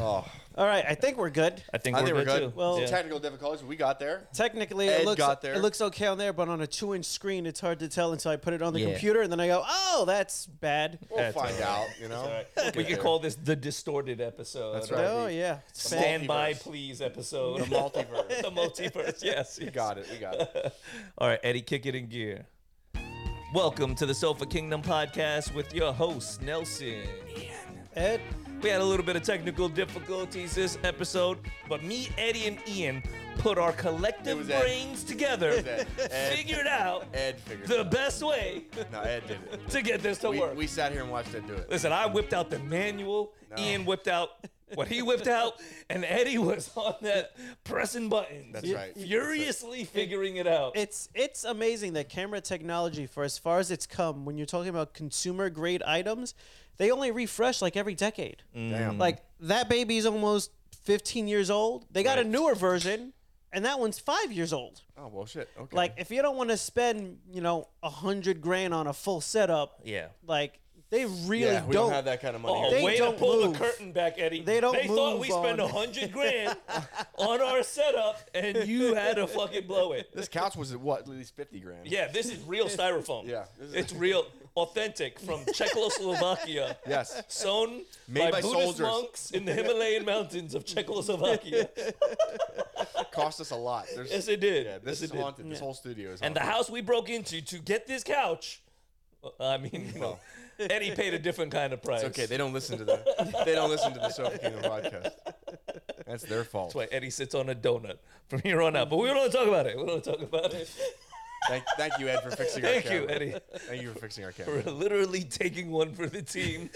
Oh, All right, I think we're good. I think I we're think we're good, good. too. Well, Yeah. Technical difficulties. We got there. Technically, Ed it looks got there. it looks okay on there, but on a two-inch screen, it's hard to tell until I put it on the Yeah. computer, and then I go, "Oh, that's bad." We'll That's find all out. You know. we could call this the distorted episode. That's right. Oh yeah, it's bad. Stand by, Multiverse. please episode. The multiverse. the multiverse. Yes. we got it. We got it. All right, Eddie, kick it in gear. Welcome to the Sofa Kingdom podcast with your host Nelson. Ed, We had a little bit of technical difficulties this episode, but me, Eddie, and Ian put our collective was Ed. brains together, Ed. Ed. figured out Ed figured. the it out. best way No, Ed did it. to get this to We, work. we sat here and watched Ed do it. Listen, I whipped out the manual. Ian whipped out what he whipped out, and Eddie was on that pressing buttons, That's right. furiously figuring it out. it's it's amazing that camera technology, for as far as it's come, when you're talking about consumer grade items, they only refresh like every decade. Damn. Like that baby's almost 15 years old. They got a newer version, and that one's five years old. Oh well, shit. Okay. Like if you don't want to spend, you know, a hundred grand on a full setup, yeah. like they really yeah, we don't, have that kind of money. Oh, here. They way to don't pull move. the curtain back, Eddie. They don't thought move we spent a on- hundred grand on our setup, and you had to fucking blow it. This couch was at what? At least fifty grand. Yeah, this is real styrofoam. Yeah, this is- it's real, authentic from Czechoslovakia. Yes. sewn Made by, by Buddhist soldiers. monks in the Himalayan mountains of Czechoslovakia. Cost us a lot. There's, Yes, it did. Yeah, this Yes, it is did. haunted. This whole studio is haunted. And the house we broke into to get this couch. well, I mean, you know, Eddie paid a different kind of price. It's okay. They don't listen to the. They don't listen to the Sofa Kingdom podcast. That's their fault. That's why Eddie sits on a donut from here on out. But we don't want to talk about it. We don't want to talk about it. Thank, thank you, Ed, for fixing our Thank camera. you, Eddie. Thank you for fixing our camera. We're literally taking one for the team.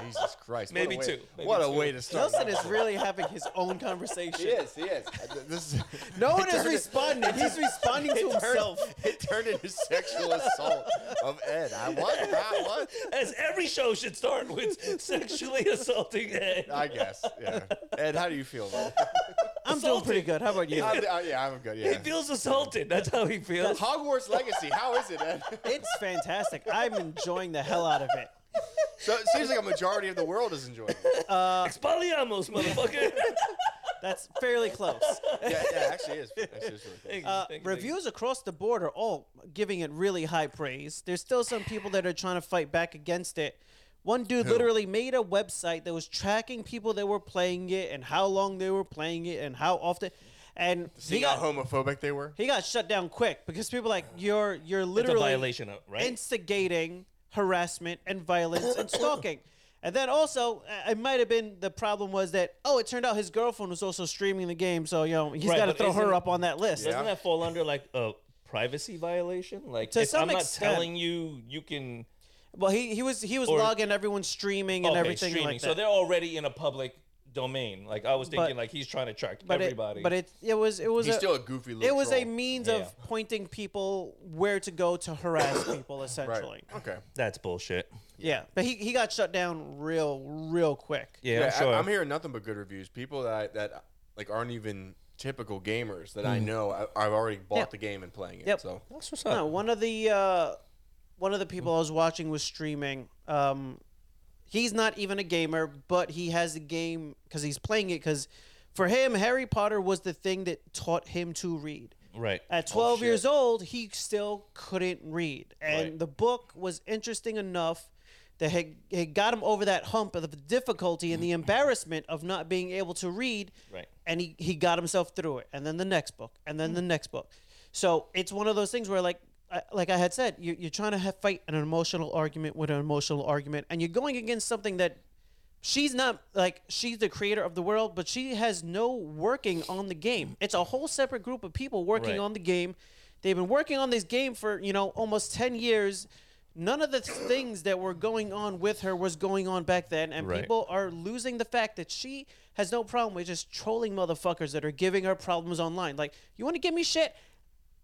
Jesus Christ. Maybe what a way, two. Maybe what a two. way to start. Nelson is really having his own conversation. He is. He is. This is. No one is responding. He's responding to himself. It turned into sexual assault of Ed. I what? I what? As every show should start with sexually assaulting Ed. I guess. Yeah. Ed, how do you feel? man? I'm doing pretty good. How about you? I'm, I, yeah, I'm good. He Yeah. feels assaulted. That's how he feels. Hogwarts Legacy. How is it, Ed? It's fantastic. I'm enjoying the hell out of it. So it seems like a majority of the world is enjoying. It. Expelliarmus, motherfucker. That's fairly close. Yeah, yeah. Actually, it is. Actually, it's really cool. Thank you, Uh, thank you, thank you. reviews across the board are all giving it really high praise. There's still some people that are trying to fight back against it. One dude literally made a website that was tracking people that were playing it and how long they were playing it and how often. And he Seeing how got, homophobic they were. he got shut down quick because people are like you're you're It's a literally violation, of- right? instigating harassment and violence and stalking. And then also, uh, it might have been the problem was that oh, it turned out his girlfriend was also streaming the game, so you know he's Right, got to but throw her isn't- up on that list. Doesn't that fall under like a privacy violation? Like To if some I'm not extent. telling you, you can Well, he, he was he was Or- logging everyone's streaming and okay, everything streaming. like that. So they're already in a public domain. Like I was thinking, like he's trying to track but everybody. it but it it was it was He's a, still a goofy little. it was a troll. means Yeah. of pointing people where to go to harass people Right. essentially. Okay. that's bullshit. Yeah, but he, he got shut down real real quick. Yeah, Yeah, I'm sure. I, am hearing nothing but good reviews. People that I, that like aren't even typical gamers that Mm. I know. I, I've already bought Yeah. the game and playing it. Yep. So that's what's No, up. one of the uh, one of the people I was watching was streaming. Um, he's not even a gamer, but he has a game because he's playing it. Because for him, Harry Potter was the thing that taught him to read. Right. Oh, At 12 years old, he still couldn't read. And Right. the book was interesting enough that had, had got him over that hump of the difficulty and the embarrassment of not being able to read. Right. And he, he got himself through it. And then the next book. And then the next book. So it's one of those things where, like, I, like I had said, you, you're trying to have, fight an emotional argument with an emotional argument, and you're going against something that she's not like she's the creator of the world, but she has no working on the game. It's a whole separate group of people working Right. on the game. They've been working on this game for you know almost ten years. None of the things that were going on with her was going on back then, and Right. people are losing the fact that she has no problem with just trolling motherfuckers that are giving her problems online. Like, you want to give me shit?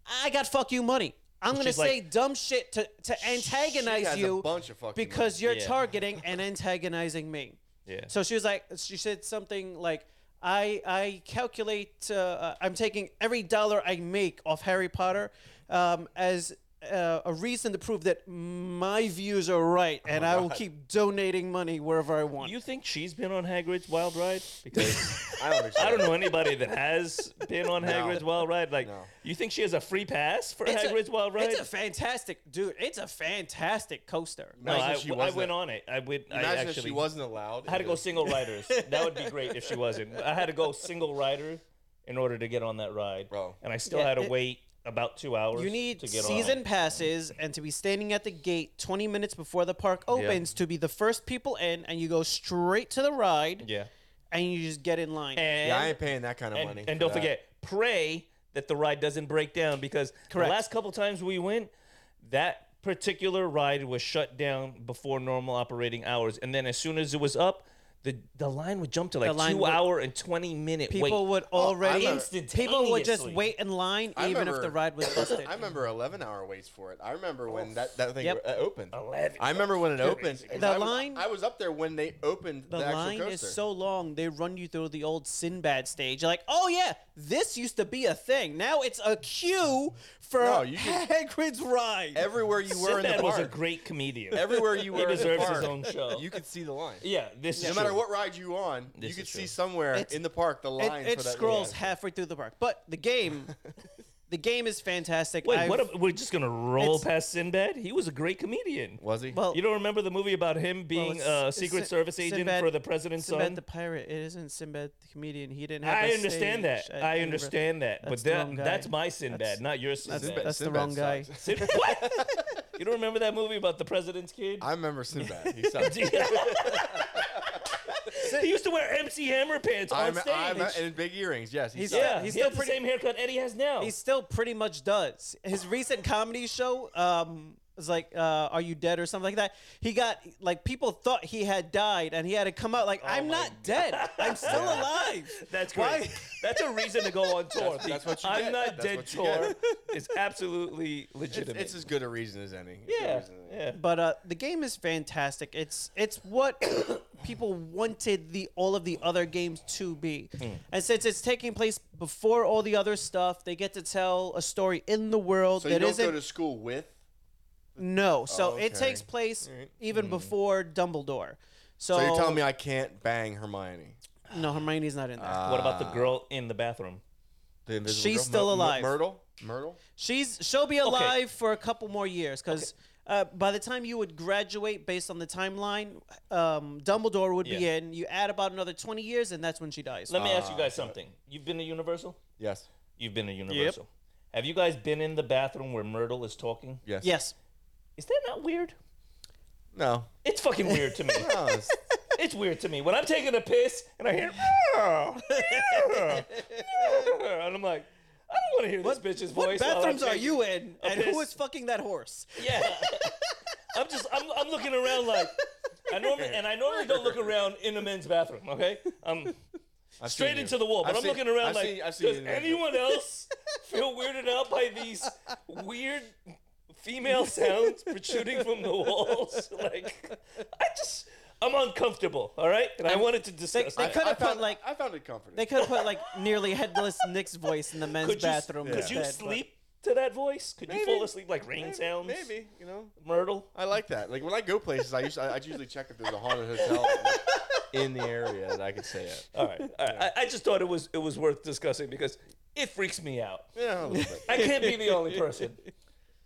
I got fuck you money. I'm gonna she's like- say dumb shit to, to She antagonize has you a bunch of fucking because you're Yeah. targeting and antagonizing me. Yeah. So she was like, she said something like, I I uh, calculate, uh, I'm taking every dollar I make off Harry Potter um, as uh, a reason to prove that my views are right, and I will keep donating money wherever I want. Oh You think she's been on Hagrid's Wild Ride? Because I don't, think so. I don't know anybody that has been on Hagrid's Wild Ride. Like, No. you think she has a free pass for It's a- Hagrid's Wild Ride? It's a fantastic, dude. It's a fantastic coaster. no, Imagine I, if she I wasn't. went on it. I went. I Imagine actually if she wasn't allowed. I had to go single riders. that would be great if she wasn't. I had to go single rider in order to get on that ride. Bro. And I still Yeah, had to it- wait about two hours. You need to get season On. it. passes and to be standing at the gate 20 minutes before the park opens to be the first people in, and you go straight to the ride Yeah. and you just get in line. And, Yeah, I ain't paying that kind of and, money. and for don't that. forget, pray that the ride doesn't break down because Correct. the last couple times we went, that particular ride was shut down before normal operating hours, and then as soon as it was up. The, the line would jump to like line two would- hour and twenty minute wait. people would already, instantaneously. people would just wait in line Oh, I even if remember- the ride was busted. I remember 11 hour waits for it. I remember when Oh, that, that thing Yep. uh, opened. 11. I remember when it opened. and The I was- line- I was up there when they opened the, the actual line is coaster. so long, they run you through the old Sinbad stage. You're like, oh yeah, this used to be a thing. Now it's a queue for No, you can- Hagrid's ride. everywhere you were in the Sinbad was a park. great comedian. everywhere you were in the deserves his park, own show. You could see the line. yeah, this No is matter true. what ride you on, you This could is see true. somewhere It's- in the park the it, line. it for that scrolls little- halfway through the park. But the game, the game is fantastic. Wait, I've- what? If, we're just gonna roll It's- past Sinbad? He was a great comedian. Was he? well, You don't remember the movie about him being it's- a it's Secret Sin- Service agent Sinbad- for the president's Sinbad son? the pirate. It isn't Sinbad the comedian. He didn't. Have I a understand stage. that. I, remember- understand that. That's But the wrong that, guy. that's my Sinbad, That's- not your Sinbad. That's, that's the Sinbad wrong guy. sucks. Sin- what? you don't remember that movie about the president's kid? I remember Sinbad. He sucked. he used to wear MC Hammer pants on I'm, stage. I'm, and big earrings. Yes, he He's- sucked. yeah, he's he's still got the pretty- same haircut Eddie has now. He still pretty much does. His recent comedy show um, was like, uh, "Are you dead?" or something like that. He got like people thought he had died, and he had to come out like, Oh "I'm not dead. I'm still alive." That's Why- great. That's a reason to go on tour. That's- that's what you I'm get. not That's dead what you tour is absolutely It's, legitimate. it's as good a reason as any. It's yeah, good reason as any. yeah. But uh, the game is fantastic. It's it's what people wanted the all of the other games to be, Hmm. and since it's taking place before all the other stuff, they get to tell a story in the world So you that don't isn't go to school with. no. So Oh, it okay. takes place even before Dumbledore. Hmm. So, So you're telling me I can't bang Hermione? no Hermione's not in there. What about the girl in the bathroom? The invisible She's girl? still alive. Myrtle. Myrtle. She's she'll be alive for a couple more years because uh, by the time you would graduate, based on the timeline, um, Dumbledore would be Yeah. in. You add about another twenty years, and that's when she dies. Let me ask you guys Ah. something. You've been to Universal? Yes. You've been to Universal. Have you guys been in the bathroom where Myrtle is talking? Yes. yes, Is that not weird? No. It's fucking weird to me. No, it's- It's weird to me. When I'm taking a piss and I hear, "Meow, meow, meow," and I'm like, I don't want to hear this bitch's What voice. while I'm bathrooms are taking- you in? a And who piss. is fucking that horse? Yeah. I'm just I'm, I'm looking around like I normally and I normally don't look around in a men's bathroom, okay? I'm I've seen straight you. into the wall, but I've i am seen- looking around I've like seen- I've seen you does in the bathroom. anyone else feel weirded out by these weird female sounds protruding from the walls? Like I just I'm uncomfortable, all right? And I wanted to discuss they that. could I have put found like I found it comforting. they could have put like nearly headless Nick's voice in the men's could you, bathroom. could you instead, but- sleep to that voice? Could you fall Maybe. asleep like rain sounds? Maybe you know. Myrtle? I like that. Like when I go places, I usually I, I usually check if there's a haunted hotel in the area that I could stay at. All right. All right. I, I just thought it was it was worth discussing because it freaks me out. Yeah, a little bit. I can't be the only person.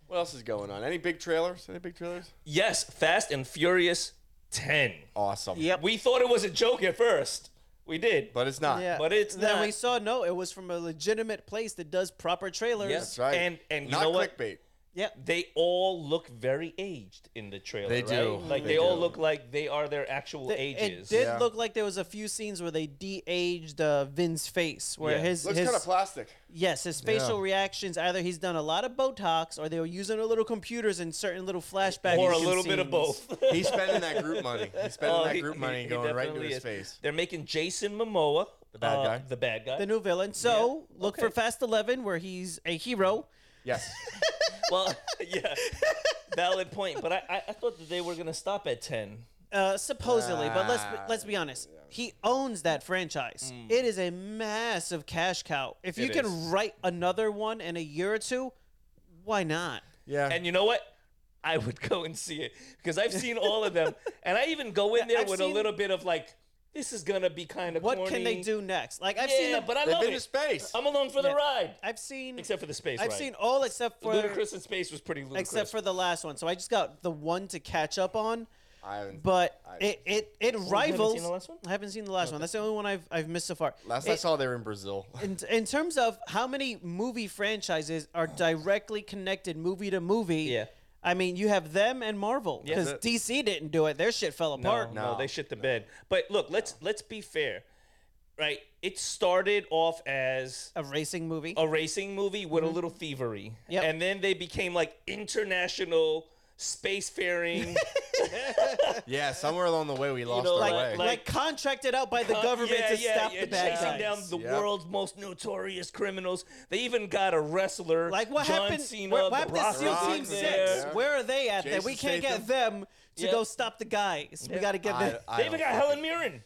What else is going on? Any big trailers? Any big trailers? Yes, Fast and Furious 10. Awesome. Yep. We thought it was a joke at first. We did. But it's not. yeah. but it's then not- we saw no, it was from a legitimate place that does proper trailers. Yes. That's right. And- and you not know what? clickbait. Yep. they all look very aged in the trailer. They do. right? Like They they, all do. look like they are their actual It- ages. It did Yeah. look like there was a few scenes where they de-aged uh, Vin's face, where Yeah. his, Looks his kind of plastic. yes, his facial reactions either he's done a lot of Botox or they were using their little computers in certain little flashbacks or a little bit of both. He's spending that group money. He's spending Oh, that he- group he- money he going right into definitely his is. face. They're making Jason Momoa the bad guy. The bad guy. The new villain. So look for Okay. Fast Eleven, where he's a hero. Yes. well, yeah, valid point. But I, I, I thought that they were gonna stop at ten. Uh, supposedly, but let's be, Ah, let's be honest. He owns that franchise. It is a massive cash cow. If you Hmm. It can is. write another one in a year or two, why not? Yeah. And you know what? I would go and see it because I've seen all of them, and I even go in there I've with a seen- little bit of like, this is gonna be kind of What corny. can they do next? Like I've Yeah, seen the, but I They've love been to it. space. I'm along for the Yeah. ride, I've seen except for the space. I've ride. seen all except for ludicrous in space was pretty ludicrous. except for the last one. So I just got the one to catch up on. I haven't. But I- it it it Oh, haven't rivals. seen the last one? I haven't seen the last one. That's the only one I've I've missed so far. last I It- saw, they were in Brazil. in, in terms of how many movie franchises are directly connected movie to movie, Yeah. I mean, you have them and Marvel Yeah. because That- DC didn't do it. Their shit fell no, apart. no, No, they shit the bed. But look, let's let's be fair, right? It started off as A racing movie. a racing movie with a little thievery, Mm-hmm. Yep. and then they became like international spacefaring. yeah, somewhere along the way we lost know, our like, way. like, contracted out by the Uh, government yeah, to yeah, stop yeah, the bad chasing guys. down the Yep. world's most notorious criminals. They even got a wrestler, like what John happened? Cena, what, The what happened Rock to SEAL was Team in Six? there. Where are they at? That Jason we can't Statham. get them to Yeah. go stop the guys. We got to get I- them. I They don't even got fucking- Helen Mirren,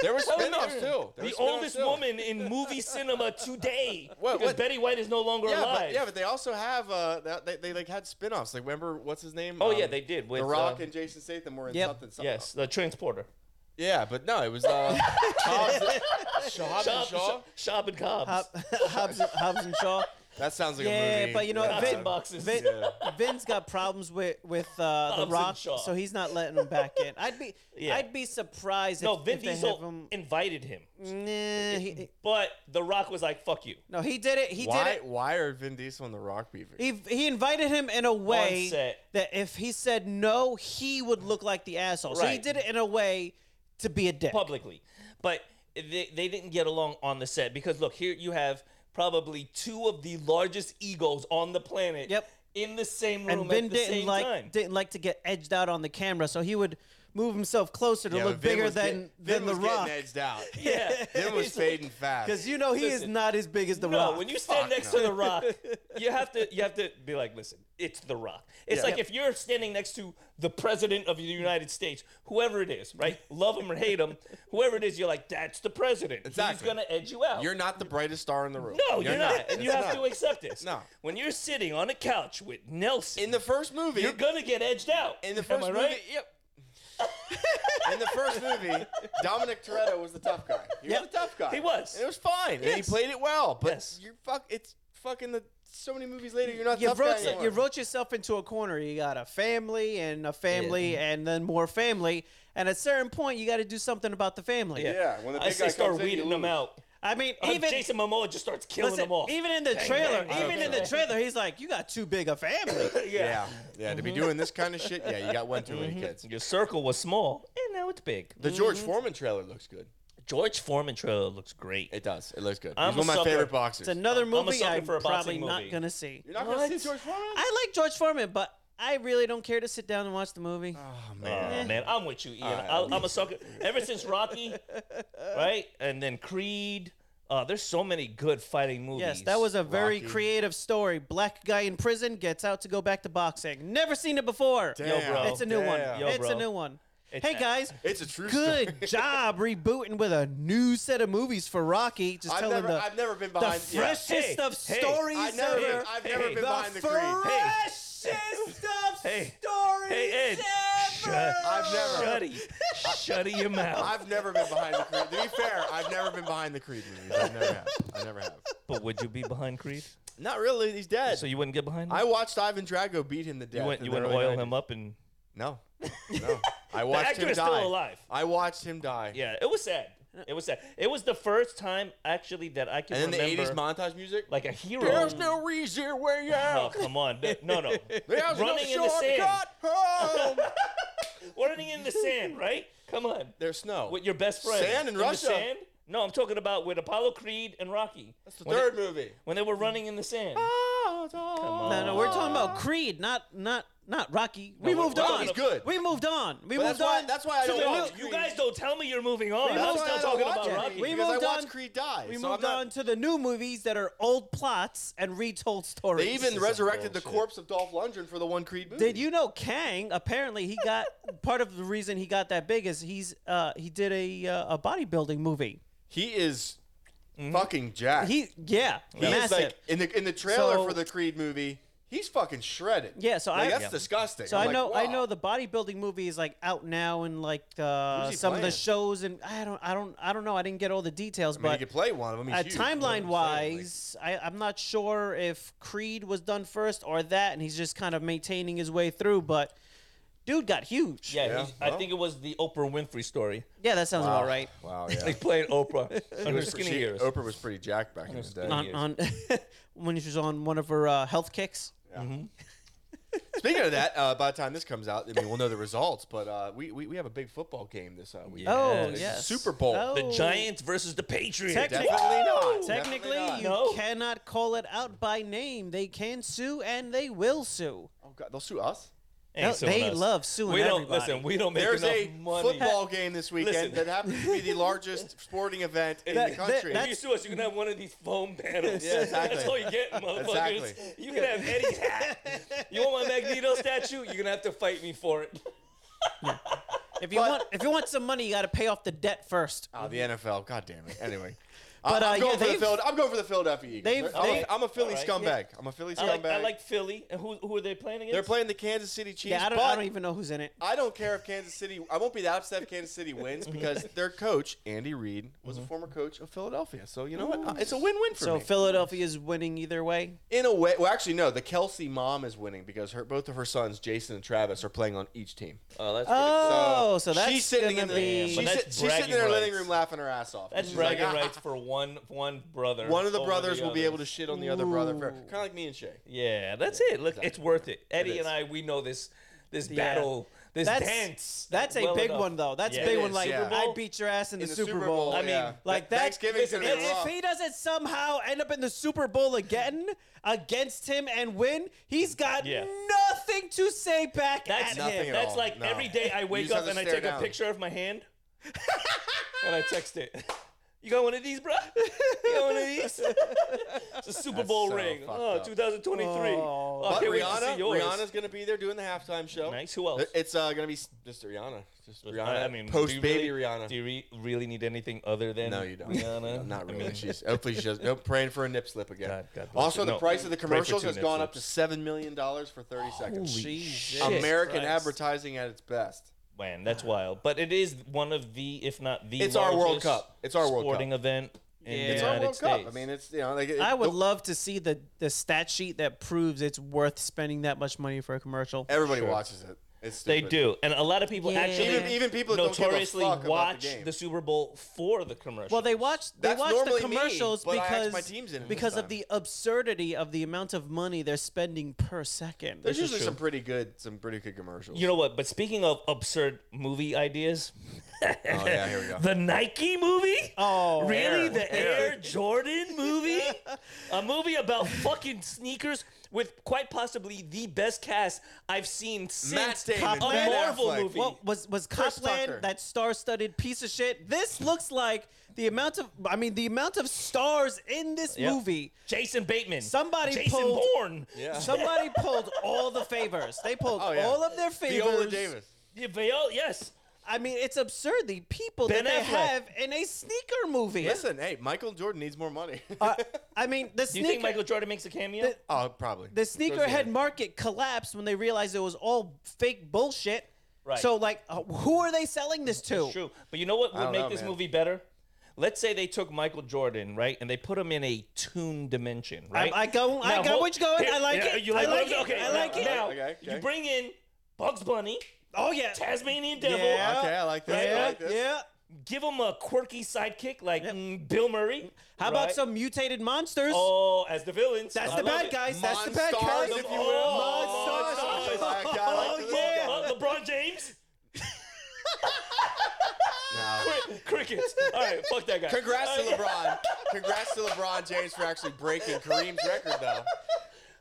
There were Helen spin-offs too. Mirren, There were the spin-offs oldest too. woman in movie cinema today, What- because what- Betty White is no longer Yeah, alive. but, yeah, but they also have uh, that- they, they like had spin-offs. Like remember what's his name? Oh, yeah, they did with, um, the Rock uh, and Jason Statham were in Yep. something, something. yes, the transporter. Yeah, but no, it was uh, Hobbs, Hobbs and Shop, Shaw. shop, shop and Cobbs. Hob- Hobbs, Hobbs and Shaw. That sounds like a Yeah, movie. but you know, Yeah. Box Vin- and boxes. Vin, Yeah. Vin's got problems with with uh, the Hobson Rock, Shaw. so he's not letting him back in. I'd be Yeah. I'd be surprised no, if, Vin if they have Diesel him. invited him, Nah, he, but The Rock was like, "Fuck you." no, he did it. He why did it. why are Vin Diesel and The Rock beefing? He, he invited him in a way set. that if he said no, he would look like the asshole. So he Right. did it in a way to be a dick. publicly. But they, they didn't get along on the set because look, here you have probably two of the largest egos on the planet. Yep. In the same room and Vin at the didn't same like time. didn't like to get edged out on the camera, so he would move himself closer to Yeah, look but Vin bigger was get- than Vin than the was getting Rock. edged out. yeah. Vin was He's like- fading fast. Because you know he is Listen. not as big as the No, Rock. when you stand Fuck next no. to the rock, you have to you have to be like, listen, it's the rock. It's Yeah. like if you're standing next to the president of the United States, whoever it is, right? Love him or hate him, whoever it is, you're like, that's the president. He's Exactly. gonna edge you out. You're not the brightest star in the room. no, you're, not. And you It's have not. to accept this. No. When you're sitting on a couch with Nelson In the first movie, you're gonna get edged out. in the Am first I movie, right? yep. in the first movie, Dominic Toretto was the tough guy. He Yep. was the tough guy. He was. And it was fine. And he Yes. played it well. But Yes. you're fuck. It's fucking the so many movies later. You're not the you tough guy wrote, anymore. you wrote yourself into a corner. You got a family and a family and then more family. And at a certain point, you got to do something about the family. Yeah, when the I big say guy start comes in, you weeding them lose. out. I mean, Uh, even Jason Momoa just starts killing listen, them off. even in the trailer, bang, even in bang. the trailer, he's like, "You got too big a family." Yeah, yeah. To be Mm-hmm. doing this kind of shit, yeah, you got one too many kids. Your circle was small, and now it's big. The George Mm-hmm. Foreman trailer looks good. George Foreman trailer looks great. It does. It looks good. I'm He's one a of my sucker. favorite boxers. It's another I'm a movie sucker I'm for a probably boxing not movie. gonna see. You're not gonna What? see George Foreman. I like George Foreman, but I really don't care to sit down and watch the movie. Oh Oh, man. man, I'm with you, Ian. right, I, I'll I'm a sucker. Ever since Rocky, right, and then Creed. Uh, there's so many good fighting movies. Yes, that was a very Rocky. creative story. Black guy in prison gets out to go back to boxing. Never seen it before. Damn. bro. It's a new one. Damn. Yo, it's bro. a new one. It's- hey guys, It's a true story. good job rebooting with a new set of movies for Rocky. Just I've telling never, the, I've never been the behind. yeah. freshest Hey, of hey, stories I've never, ever. been, I've never Hey, been behind the the creed. Hey, freshest of Hey. stories Hey, Ed. ever. Shut, I've never- shutty, shutty your mouth. I've never been behind the creed. To be fair, I've never been behind the creed movies. I never have. I never have. But would you be behind Creed? Not really. He's dead. So you wouldn't get behind him? I watched Ivan Drago beat him to death. you went, in you the went early oil 90s. him up and. No, no. I watched him die. actor is still alive. I watched him die. Yeah, it was sad. It was sad. It was the first time, actually, that I can And then the remember '80s montage music. like a hero. There's no reason way Oh, out. come on. No, no. There's Running in no the sand. shortcut home. Running in the sand, right? Come on. There's snow. With your best friend. Sand in the Russia. sand? No, I'm talking about with Apollo Creed and Rocky. That's the When third they, movie. When they were running in the sand. Oh. No, No, no, we're talking about Creed, not not not Rocky. We No, moved on. Rocky's good. We moved on. We But moved that's why, on. that's why I So don't you- watch you Creed. guys don't tell me you're moving on. moved I'm That's on. why I still don't talking watch about it, We Rocky. because moved I watched on- Creed die. We so I'm moved not- on to the new movies that are old plots and retold stories. They even resurrected the bullshit. corpse of Dolph Lundgren for the one Creed movie. Did you know Kang? Apparently, he got part of the reason he got that big is he's uh, he did a uh, a bodybuilding movie. He is Mm-hmm. fucking jacked. He yeah, He is massive. like in the in the trailer So- for the Creed movie. He's fucking shredded. Yeah, so Like, I- that's Yeah. disgusting. So I'm I like, know I wow. know the bodybuilding movie is like out now and like uh, Who's he some of playing? the shows and I don't I don't I don't know I didn't get all the I details mean, you but could play one of them. He's uh, huge, you know what I'm saying? timeline Like, wise I, I'm not sure if Creed was done first or that and he's just kind of maintaining his way through but dude got huge Yeah, Yeah, he's I well. think it was the Oprah Winfrey story. yeah that sounds wow. about right Wow. Yeah. They played Oprah It on her was skinny she- years. Oprah was pretty jacked back in the day. skinny. on, on when she was on one of her uh, health kicks Speaking of that, uh, by the time this comes out, I mean we'll know the results. But uh, we, we we have a big football game this uh, week. oh Yes. yes Super Bowl. The Oh. Giants versus the Patriots. Technically Definitely not. Technically, Definitely not. you No. cannot call it out by name. They can sue, and they will sue. Oh God, they'll sue us. Ain't No, suing they us. love suing We don't everybody. listen. We don't make There's enough a money. football game this weekend Listen. that happens to be the largest sporting event in That- the that- country. If you sue us, you can have one of these foam panels. Yeah, exactly. That's all you get, motherfuckers. Exactly. You can have Eddie's hat. You want my Magneto statue? You're gonna have to fight me for it. If you But- want, if you want some money, you got to pay off the debt first. Ah, the NFL. God damn it. Anyway. Mm-hmm. But, I'm, uh, going yeah, for the they've- Philad- I'm going for the Philadelphia Eagles. they've- I'm, they- a, I'm a Philly All scumbag. right. I'm a Philly I scumbag. like, I like Philly. And who who are they playing against? They're playing the Kansas City Chiefs. Yeah, I don't, but I don't even know who's in it. I don't care if Kansas City. I won't be that upset if Kansas City wins because their coach Andy Reid was a former coach of Philadelphia. So you know what? Uh, It's a win-win for Mm-hmm. So me. Philadelphia is winning either way. In a way, well, actually, no. The Kelsey mom is winning because her both of her sons, Jason and Travis, are playing on each team. Oh, that's pretty Uh, Oh, so, that's she's sitting in gonna the be. she's, But that's sit- she's sitting in her bragging living rights. room laughing her ass off. That's She's like, bragging "Ah, rights for one one brother. Oh, One of the over brothers will be able to others. shit on the other brother, for, Ooh. kind of like me and Shay. yeah, that's it. Look, it's worth it. Eddie and I, we know this this Yeah. battle, this That's- dance. That's a well big enough. one though. That's Yeah. a big It one. is, Like yeah. I beat your ass in, the, Super Bowl. I mean, yeah. like that- Thanksgiving's gonna be listen, rough. If he doesn't somehow end up in the Super Bowl again against him and win, he's got Yeah. nothing to say back That's at him. Nothing at That's all. like No. every day I wake just have up to and I stare take down. a picture of my hand and I text it. You got one of these, bro? You got one of these? it's a Super That's Bowl so ring. fucked Oh, up. 2023. Oh. I But can't wait to Rihanna, see yours. Rihanna's gonna be there doing the halftime show. Nice. Who else? It's uh, gonna be s- just Rihanna, just Rihanna. I mean, do you post baby really- Rihanna. Do you re- really need anything other than no, you don't. Rihanna? No, not I really. mean, She's hopefully she's just nope, praying for a nip slip again. God- God bless also, you. the No, price of the pray for commercials two has nip gone up to slips. seven million dollars for thirty seconds. Jesus American Christ. advertising at its best. man, that's wild. But it is one of the, if not the, It's our World largest Cup. It's our World sporting Cup. event in Yeah. the It's our United World States. Cup. I mean, it's you know, like it, I would nope. love to see the, the stat sheet that proves it's worth spending that much money for a commercial. everybody Sure. watches it. It's They stupid. do, and a lot of people Yeah. actually Even, even people that notoriously don't give a fuck about watch the the, game. Super Bowl for the commercial. Well, they watch they That's watch the normally me, commercials but I asked because my teams in this because of time. the absurdity of the amount of money they're spending per second. There's This is usually true. some pretty good, some pretty good commercials. You know what? But speaking of absurd movie ideas, oh yeah, here we go. the Nike movie. Oh, really? Air. The Air. Jordan movie? A movie about fucking sneakers with quite possibly the best cast I've seen Matt since Damon, a Ben Marvel Affleck. movie. What was was Chris Copland Tucker. that star-studded piece of shit? This looks like the amount of I mean the amount of stars in this Yep. movie. Jason Bateman. Somebody Jason pulled- Bourne. Yeah. Somebody pulled all the favors. They pulled Oh, yeah. all of their favors. Viola Davis. Yeah, Vale, yes. I mean, it's absurd the people Ben that they Affleck. have in a sneaker movie. Listen, hey, Michael Jordan needs more money. Uh, I mean, the Do you think sneaker Michael Jordan makes a cameo? The- oh, probably. the Those are- sneakerhead market collapsed when they realized it was all fake bullshit. Right. So, like, uh, who are they selling this to? It's true. But you know what would don't make know, this man. movie better? Let's say they took Michael Jordan, right, and they put him in a tune dimension, right? I go- I go what- what you going, I like it, You I like, what like I'm saying? it, Okay, I like now- it. Now Okay, okay. you bring in Bugs Bunny, Oh yeah, Tasmanian Devil. Yeah. Okay, I like this. Right? I yeah, like this. yeah. Give him a quirky sidekick like mm, Bill Murray. How about right? some mutated monsters? Oh, as the villains. That's I the love bad it. guys. That's the bad Monstars, guys. if you will. Oh, Monstars. Black guy, I like Oh, this. yeah. Uh, LeBron James. Nah. Cri- Crickets. All right, fuck that guy. Uh, Congrats to All right. LeBron. Congrats to LeBron James for actually breaking Kareem's record, though.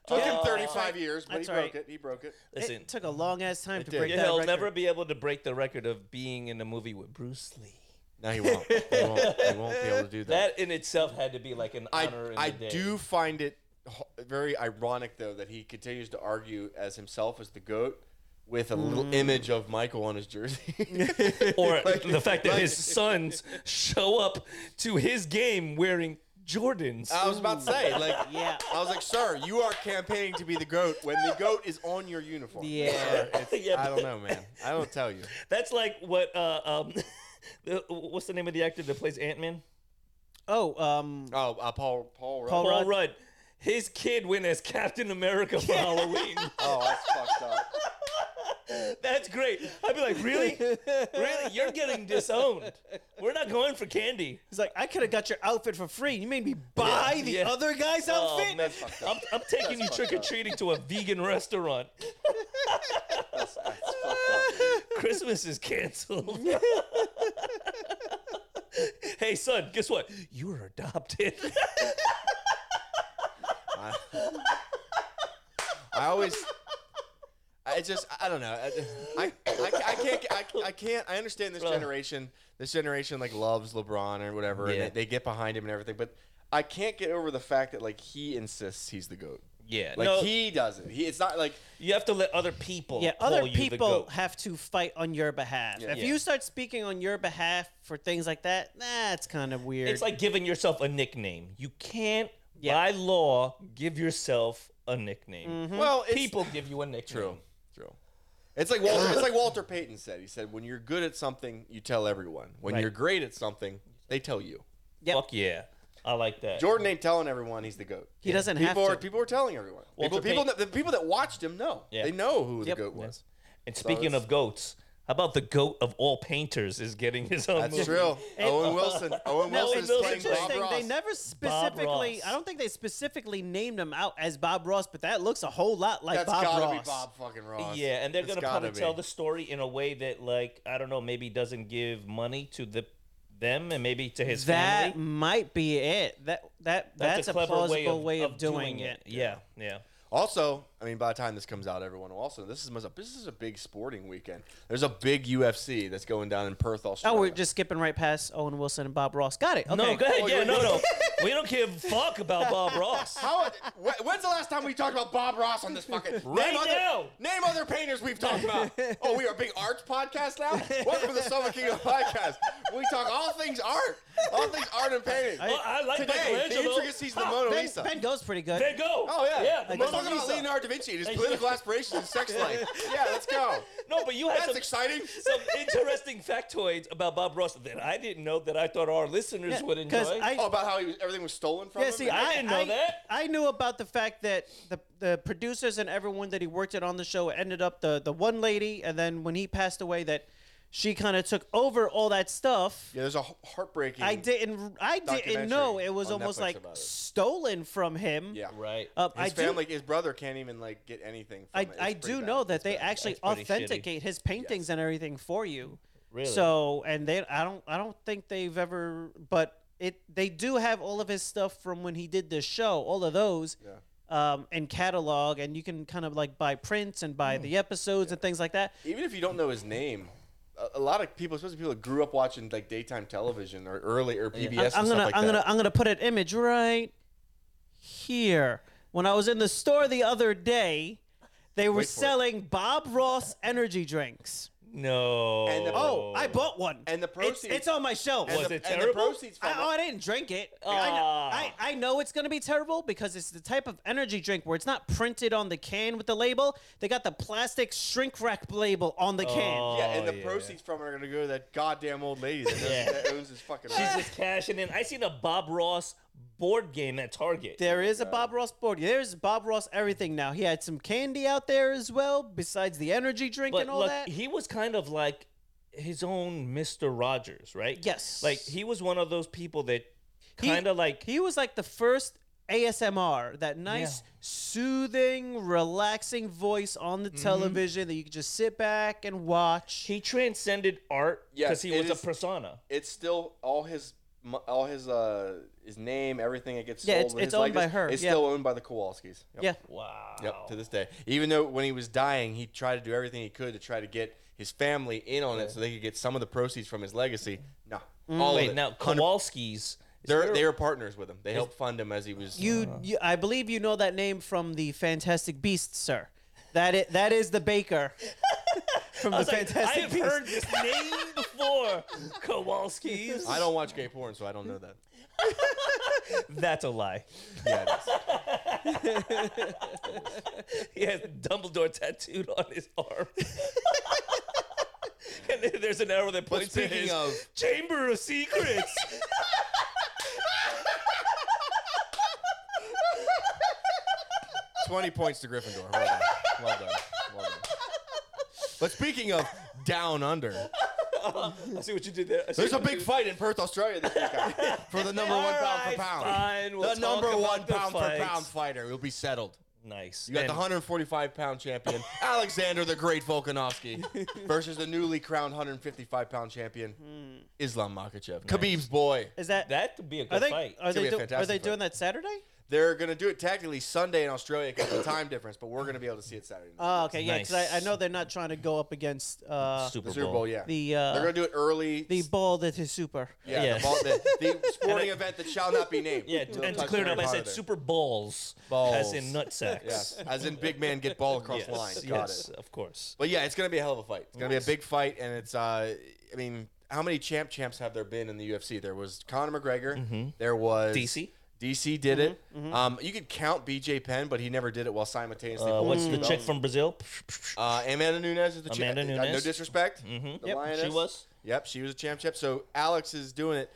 Took him Oh. 35 years, but he That's broke right. it. He broke it. Listen, It took a long ass time to did. break Yeah, Yeah, that he'll record. never be able to break the record of being in a movie with Bruce Lee. No, he won't. He won't, he won't be able to do that. That in itself had to be like an I, honor. in I the day. do find it h- very ironic, though, that he continues to argue as himself as the GOAT with a little Mm. image of Michael on his jersey. or Like- the fact that like- his sons show up to his game wearing Jordans. I was about to say, like, Yeah. I was like, sir, you are campaigning to be the goat when the goat is on your uniform. Yeah. Sir, it's- Yeah, I but- don't know, man. I don't tell you. That's like what uh um the, what's the name of the actor that plays Ant Man? Oh, um, Oh, uh, Paul, Paul, Rudd. Paul Paul Rudd. Rudd. His kid went as Captain America for Halloween. Oh, that's fucked up. That's great. I'd be like, really? Really? You're getting disowned. We're not going for candy. he's like, I could have got your outfit for free. You made me buy Yeah, the yeah. other guy's Oh, outfit. man. That's fucked I'm, up. I'm taking you fucked trick or treating to a vegan restaurant. That's, that's fucked up. Christmas is canceled. hey, son, guess what? You were adopted. I, I always, I just, I don't know. I, I, I, I can't, I, I can't. I understand this generation. This generation like loves LeBron or whatever, Yeah. and they, they get behind him and everything. But I can't get over the fact that like he insists he's the goat. yeah. Like no, he does it. He, it's not like you have to let other people. Yeah, other call you the people goat. have to fight on your behalf. Yeah. If Yeah. you start speaking on your behalf for things like that, that's kind of weird. It's like giving yourself a nickname. You can't, Yeah. by law, give yourself a nickname. Mm-hmm. Hmm? well, it's, People give you a nickname. True. True. It's like Walter, it's like Walter Payton said. He said, "When you're good at something, you tell everyone. When Right. you're great at something, they tell you." Yep. Fuck yeah. I like that. Jordan ain't telling everyone he's the goat. He doesn't people have Are, to. people are telling everyone. Walter people, people that, the people that watched him know. Yeah. They know who Yep. the goat was. and speaking it's- of goats, how about the goat of all painters is getting his own That's movie? true. Owen Wilson. Owen No, Wilson is it's Wilson's playing Bob interesting. Ross. They never specifically. Ross. I don't think they specifically named him out as Bob Ross, but that looks a whole lot like That's Bob gotta Ross. be Bob fucking Ross. Yeah, and they're That's gonna gotta probably tell be. the story in a way that, like, I don't know, maybe doesn't give money to the them and maybe to his That family. might be it. That that that's, a, plausible way of, doing, it. Yeah, yeah. Also, I mean, by the time this comes out, everyone will also this is must- this is a big sporting weekend. There's a big UFC that's going down in Perth, Australia. Oh, we're just skipping right past Owen Wilson and Bob Ross. Got it. Okay. No, go ahead. Oh, yeah, you're no, no. good. we don't give a fuck about Bob Ross. How, wh- when's the last time we talked about Bob Ross on this fucking Right name now. Other, name other painters we've talked about. Oh, we are a big arts podcast now. Welcome to the Summer Kingdom podcast. We talk all things art, all things art and painting. Oh, I like Today, the Michelangelo. intricacies of the Ah, Mona Ben, Lisa. ben goes pretty good. There you go. oh yeah, yeah. the Let's Mona talk about Lisa. Leonardo da Vinci and his political aspirations and sex life. Yeah, let's go. No, but you had That's some, exciting. some interesting factoids about Bob Ross that I didn't know that I thought our listeners would enjoy. Because I Oh, about how he was, everything was stolen from Yeah, him. see, I I, didn't know I- that. I knew about the fact that the the producers and everyone that he worked at on the show ended up the the one lady, and then when he passed away, that she kind of took over all that stuff. yeah, there's a h- heartbreaking. I didn't I didn't Documentary know it was on almost Netflix like about it. stolen from him. Yeah, right. Uh, His I family, do. his brother can't even like get anything. From I, it. It's I pretty do bad. know that It's they bad. actually That's pretty shitty. authenticate his paintings and everything for you. Really? So and they I don't I don't think they've ever but it they do have all of his stuff from when he did this show, all of those. Yeah. Um, and catalog, and you can kind of like buy prints and Hmm. buy the episodes and things like that. even if you don't know his name, a, a lot of people, especially people that grew up watching like daytime television or early or PBS. and I'm stuff gonna like I'm that. gonna I'm gonna put an image right here. When I was in the store the other day, they were Wait for it. selling Bob Ross energy drinks. no. And the- Oh, I bought one. And the It's- It's, proceeds- on my shelf. and Was the, it and the terrible? proceeds from I, oh, it- I didn't drink it. I, know, Ah. I, I know it's gonna be terrible because it's the type of energy drink where it's not printed on the can with the label. They got the plastic shrink wrap label on the can. Oh. yeah, and the yeah. proceeds from it are gonna go to that goddamn old lady that, knows- Yeah. that owns his fucking. She's just cashing in. I seen a Bob Ross board game at Target. There is a Bob Ross board. There's Bob Ross everything now. He had some candy out there as well, besides the energy drink but and all look, that. he was kind of like his own Mister Rogers, right? Yes. Like he was one of those people that kind of like he was like the first ASMR, that nice, soothing, relaxing voice on the television that you could just sit back and watch. Mm-hmm. he transcended art Yes, because he it was a is- persona. It's still all his. mo- All his uh his name, everything that gets Yeah, sold. it's- with it's his owned by likeness her, It's yeah. still owned by the Kowalskis. Yep. Yeah. Wow. Yep, to this day. Even though when he was dying, he tried to do everything he could to try to get his family in on it so they could get some of the proceeds from his legacy. No. Mm. All of Wait, it. now Hundred- Kowalski's. They're, they were partners with him. They helped fund him as he was. You, you, I believe you know that name from the Fantastic Beasts, sir. That is, that is the baker from the I was like, Fantastic I've Beasts. heard this name before. Kowalski's. I don't watch gay porn, so I don't know that. That's a lie. Yeah, it is. He has Dumbledore tattooed on his arm. and then there's an arrow that points to speaking his of- Chamber of Secrets. Twenty points to Gryffindor. Well done. Well done. Well done. But speaking of down under, I see what you did there. I see there's a what you big did. fight in Perth, Australia this weekend for the number one pound Alright, for pound. fine, we'll the talk number about one the pound for pound fights. fighter will be settled. Nice. You got And the 145 pound champion Alexander the Great Volkanovski versus the newly crowned 155 pound champion Hmm. Islam Makachev, Khabib's boy. Is that, That could be a good are they fight. gonna are be they a do, are fantastic they fight. doing that Saturday? They're gonna do it technically Sunday in Australia because of the time difference, but we're gonna be able to see it Saturday. Night. Oh, okay, yeah, because I, I Nice. know they're not trying to go up against uh, the Super Bowl, yeah. the uh, They're gonna do it early. the ball that is super. yeah, Yeah. The, ball, the, the sporting event that shall not be named. Yeah, No and to touch clear it up, Harry I Potter said there. Super Bowls, as Balls. in nut sacks. Yes, as in big man get ball across Yes, the line. yes, Got it. of course. But yeah, it's gonna be a hell of a fight. It's gonna be a big fight, and it's uh, I mean, how many champ champs have there been in the UFC? There was Conor McGregor. Mm-hmm. There was DC? DC did it. Mm-hmm, Um, you could count BJ Penn, but he never did it while simultaneously. Uh, pulling what's the his chick belt. from Brazil? Uh, Amanda Nunes is the champ. Amanda No Nunes. Mm-hmm. disrespect. The Yep, lioness. she was. Yep, she was a champ champ. So Alex is doing it.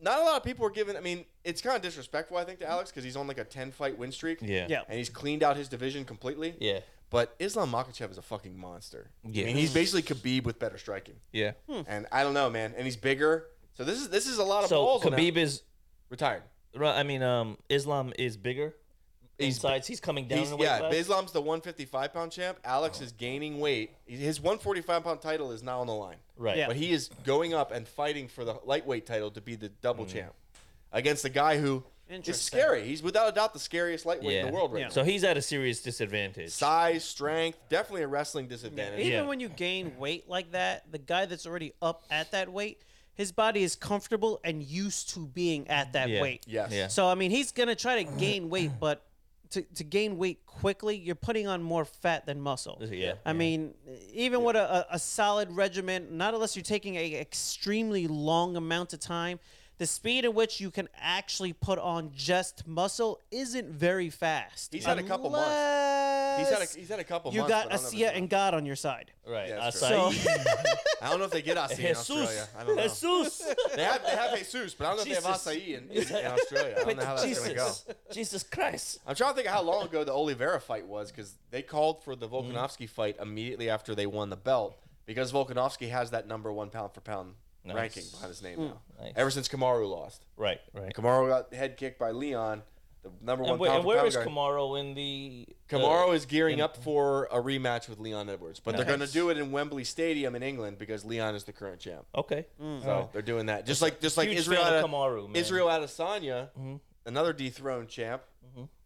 Not a lot of people were giving. I mean, it's kind of disrespectful, I think, to Alex because he's on like a ten fight win streak. Yeah. Yeah. and he's cleaned out his division completely. Yeah. But Islam Makhachev is a fucking monster. I Yeah. mean, he's basically Khabib with better striking. Yeah. And I don't know, man. And he's bigger. So this is this is a lot of So balls. on that- Khabib is, retired. ri- I mean, um, Islam is bigger. He's- Besides, he's coming down. He's, in a weight yeah, class? Islam's the 155 pound champ. Oh. Alex is gaining weight. His 145 pound title is now on the line. Right. Yeah. But he is going up and fighting for the lightweight title to be the double Mm. champ against the guy who is Interesting. scary. He's without a doubt the scariest lightweight in Yeah. the world right Yeah. now. So he's at a serious disadvantage. Size, strength, definitely a wrestling disadvantage. Even Yeah. when you gain weight like that, the guy that's already up at that weight, his body is comfortable and used to being at that Yeah. weight. Yes. Yeah. So I mean, he's gonna try to gain weight, but to, to gain weight quickly, you're putting on more fat than muscle. Yeah. I mean, even with a, a, a solid regimen, not unless you're taking a extremely long amount of time, the speed at which you can actually put on just muscle isn't very fast. He's had a couple months. He's had a, he's had a couple you months. got but I don't know if Asiya it's and God on your side. Right. Yeah, that's So, Acai. I don't know if they get acai in Australia. Jesus. I don't know. Jesus. They have they have Jesus, but I don't know if Jesus. they have acai in, in, in Australia. I don't know how that's gonna go. Jesus. Jesus Christ. I'm trying to think of how long ago the Oliveira fight was because they called for the Mm-hmm. Volkanovski fight immediately after they won the belt because Volkanovski has that number one pound for pound Nice. ranking behind his name now. Nice. Ever since Kamaru lost, Right. Right. Kamaru got head kicked by Leon, the number one And, wait, pound and for where pound is guy. Camaro in the? Tomorrow is gearing up for a rematch with Leon Edwards, but they're Nice. going to do it in Wembley Stadium in England because Leon is the current champ. uh, okay. So they're doing that, just like just like Huge Israel fan of Ade- Kamaru, man. Mm-hmm. Israel Adesanya, another dethroned champ,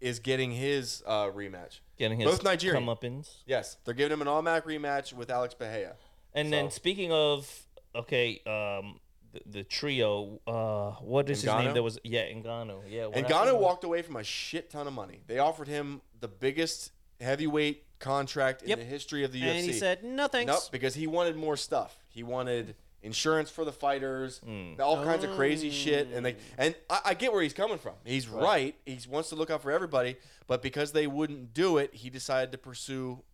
is getting his uh, rematch. Getting his both Nigerian. comeuppance. Yes, they're giving him an automatic rematch with Alex Bahia. And then So- speaking of okay, um, the, the trio. Uh, what is his Ngannou? name? That was yeah, Ngannou. Yeah. what And happened Ghana was- walked away from a shit ton of money. They offered him the biggest heavyweight contract in Yep. the history of the UFC. and he said, "No thanks." Nope, because he wanted more stuff. He wanted insurance for the fighters, all kinds of crazy shit. And they and I, I get where he's coming from. He's right. He wants to look out for everybody, but because they wouldn't do it, he decided to pursue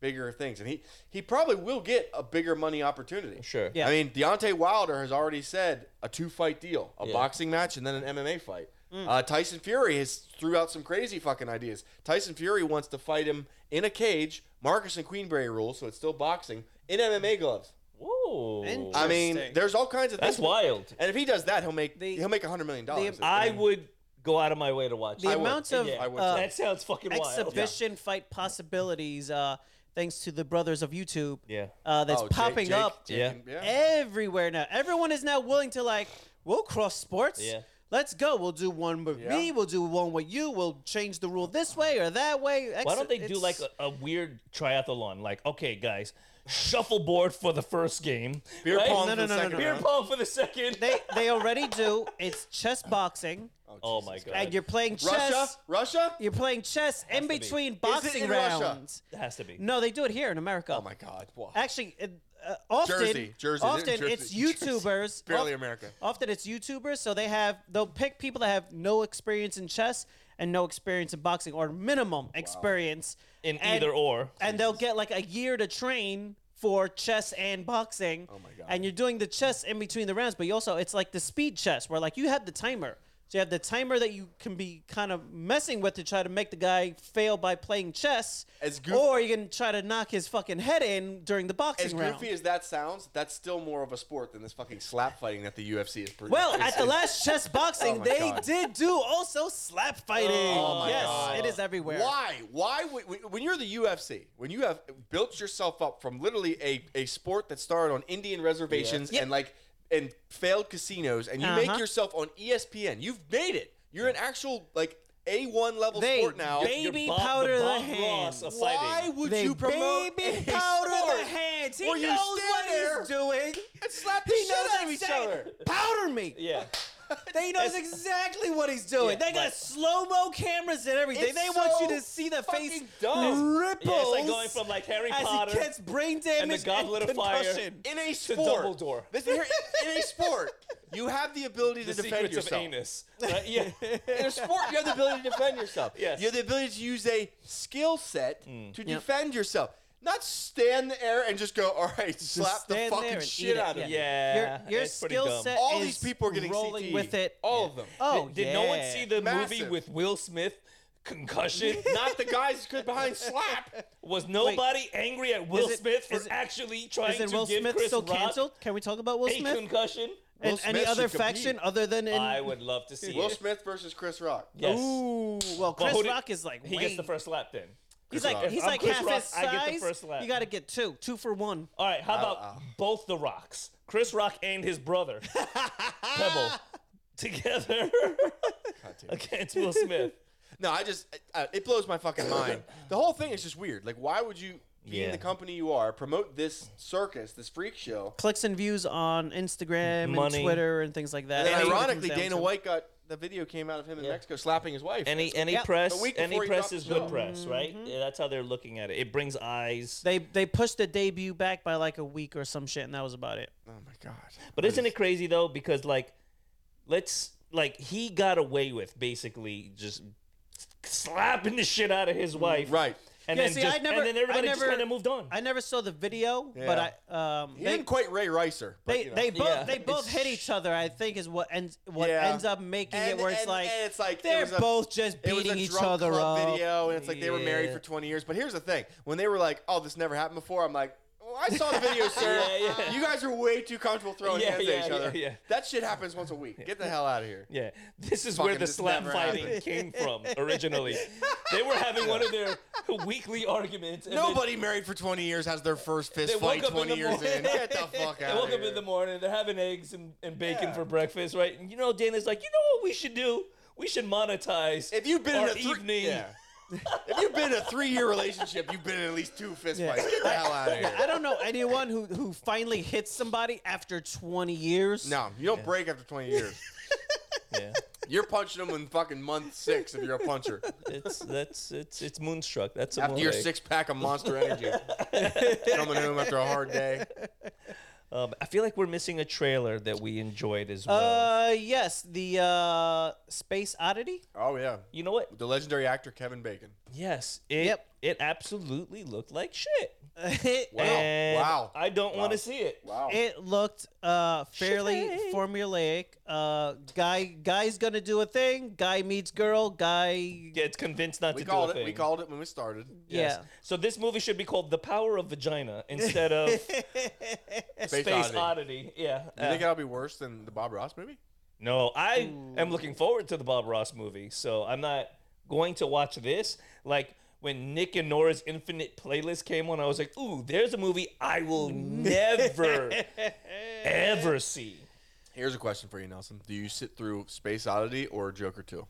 bigger things. And he he probably will get a bigger money opportunity. Sure. Yeah. I mean, Deontay Wilder has already said a two fight deal, a Yeah. boxing match and then an MMA fight. Mm. Uh, Tyson Fury has threw out some crazy fucking ideas. Tyson Fury wants to fight him in a cage, Marcus and Queenberry rules, so it's still boxing in MMA gloves. Whoa. And- I mean, Interesting. there's all kinds of That's things. wild. And if he does that, he'll make The- he'll make a hundred million dollars. I would go out of my way to watch. The that. would. amount of Yeah, I would uh, too. that sounds fucking wild. exhibition fight possibilities, uh, thanks to the brothers of YouTube, Yeah. uh, that's Oh, Jake- popping Jake- up Jake Yeah. and- yeah. everywhere now. Everyone is now willing to like, we'll cross sports. Yeah. Let's go. We'll do one with me. Yeah. We'll do one with you. We'll change the rule this way or that way. Why don't they do like a, a weird triathlon? Like, okay, guys, shuffleboard for the first game, Beer right? pong No, for no, the no, no, second no. beer round. pong for the second. they they already do. It's chess boxing, oh my god, and you're playing chess. Russia, Russia. You're playing chess in to be. between Is it boxing in Russia? rounds. it has to be. No, they do it here in America. Oh my god! Wow. Actually, it- uh, often Jersey, Jersey, often Jersey, it's Jersey. YouTubers. Barely Of- America. Often it's YouTubers, so they have they'll pick people that have no experience in chess and no experience in boxing or minimum experience in and- either or. and they'll get like a year to train for chess and boxing. Oh my God. And you're doing the chess in between the rounds, but you also it's like the speed chess where like you have the timer. So you have the timer that you can be kind of messing with to try to make the guy fail by playing chess, As goof- or you can try to knock his fucking head in during the boxing As round. goofy as that sounds, that's still more of a sport than this fucking slap fighting that the UFC is producing. well, at the last chess boxing, Oh my they God. did do also slap fighting. Oh my yes, God. it is everywhere. Why? Why would when- when you're the UFC, when you have built yourself up from literally a, a sport that started on Indian reservations Yeah. and like and failed casinos, and you Uh-huh. make yourself on E ESPN, you've made it. You're an actual like a one level They sport now. ba- Your Baby Bob- powder the Bob hands. Ross of Why fighting. would They you promote baby a powder sport the hands. He where you knows what stand there he's doing. and slap the He shit knows out of each exact- other? Powder me. Yeah. They knows exactly what he's doing. Yeah, they got right. slow mo cameras and everything. It's they want you so to see the face fucking dumb. ripples. Yeah, it's like going from like Harry as Potter. he gets brain damage and, Goblet of Fire. concussion. In a to sport, Dumbledore. Listen here, in a sport, you have the ability the to defend secrets yourself. of anus. Right? Yeah. In a sport, you have the ability to defend yourself. Yes. Mm. You have the ability to use a skill set to defend yourself. Not stand there and just go, all right, slap the stand there fucking and shit eat it, out of yeah. you. yeah. your your it's pretty skill dumb. set All is these people are getting rolling CTE. with it. All of them. E. Oh, Did no one yeah. see the movie Massive. with Will Smith? Concussion. Not the guys good behind slap. Was nobody angry at Will Is it- Smith for is it- actually trying Is it to Will give Smith Chris still Rock canceled? Can we talk about Will a Smith? concussion? and Will any Smith other should compete. faction other than in I would love to see Will it. Smith versus Chris Rock. Yes. Ooh, well, But Chris who did- Rock is like he way- gets the first lap then. He's Chris like Rock. he's If I'm like Chris half Rock, his I size. get the first lap. You got to get two, two for one. All right, how about both the Rocks, Chris Rock and his brother Pebble together against Will Smith? No, I just uh, it blows my fucking mind. The whole thing is just weird. Like, why would you, being Yeah. the company you are, promote this circus, this freak show? Clicks and views on Instagram Money. and Twitter and things like that. And That's what it ironically, comes down Dana to. White got the video came out of him in Mexico slapping his wife. Any any Yeah. press The week any before he press dropped is the good show. press, right? Mm-hmm. Yeah, that's how they're looking at it. It brings eyes. They they pushed the debut back by like a week or some shit, and that was about it. oh my god! But isn't it crazy though? Because like, let's like he got away with basically just slapping the shit out of his wife, Mm, Right. And Yeah, then see, just, I never- and then everybody I just never- kind of moved on. I never saw the video, Yeah. but I um He they didn't quite Ray Ricer. But, they, you know. they both Yeah. they both hit each other. I think is what ends what Yeah. ends up making And- it where it's and- like and it's like it they're was a- both just it was beating a each drunk other club up. video, and it's like they were married Yeah. for 20 years. But here's the thing: when they were like, "Oh, this never happened before," I'm like, well, "I saw the video, sir. Yeah, yeah. You guys are way too comfortable throwing Yeah, hands yeah, at each yeah, other. yeah. That shit happens once a week. Get the hell out of here." Yeah, this is Fucking where the just slap never fighting happened. came from originally. they were having one of their weekly arguments. and then Nobody married for 20 years has their first fist They woke fight up in 20 the years in. morning. Get the fuck They out woke of up here. in the morning. They're having eggs and, and bacon Yeah. for breakfast, right? And you know, Dana's like, you know what we should do? We should monetize. If you've been our in a three, evening. yeah. if you've been in a three-year relationship, you've been in at least two fist Yeah. fights. Get the hell out of here. I don't know anyone who who finally hits somebody after 20 years. No, you don't break after 20 years. Yeah. You're punching them in fucking month six if you're a puncher. It's that's it's it's moonstruck. That's a After your moonlight. six pack of Monster Energy, coming home after a hard day. Um, I feel like we're missing a trailer that we enjoyed as well. Uh yes, the uh Space Oddity. Oh yeah, you know what? the legendary actor Kevin Bacon. Yes. It, Yep. It absolutely looked like shit. Wow, And wow, I don't want Wow. to see it. wow. It looked uh, fairly Shit. formulaic. Uh, guy, guy's gonna do a thing. Guy meets girl. Guy, Gets convinced not we to called do it. a thing. We called it when we started. yeah. So this movie should be called The Power of Vagina instead of Space, Oddity. Yeah. You Uh, think that'll be worse than the Bob Ross movie? no, I am looking forward to the Bob Ross movie, so I'm not going to watch this. Like when Nick and Nora's Infinite playlist came on, I was like, "Ooh, there's a movie I will never, ever see." Here's a question for you, Nelson. Do you sit through Space Oddity or Joker Two,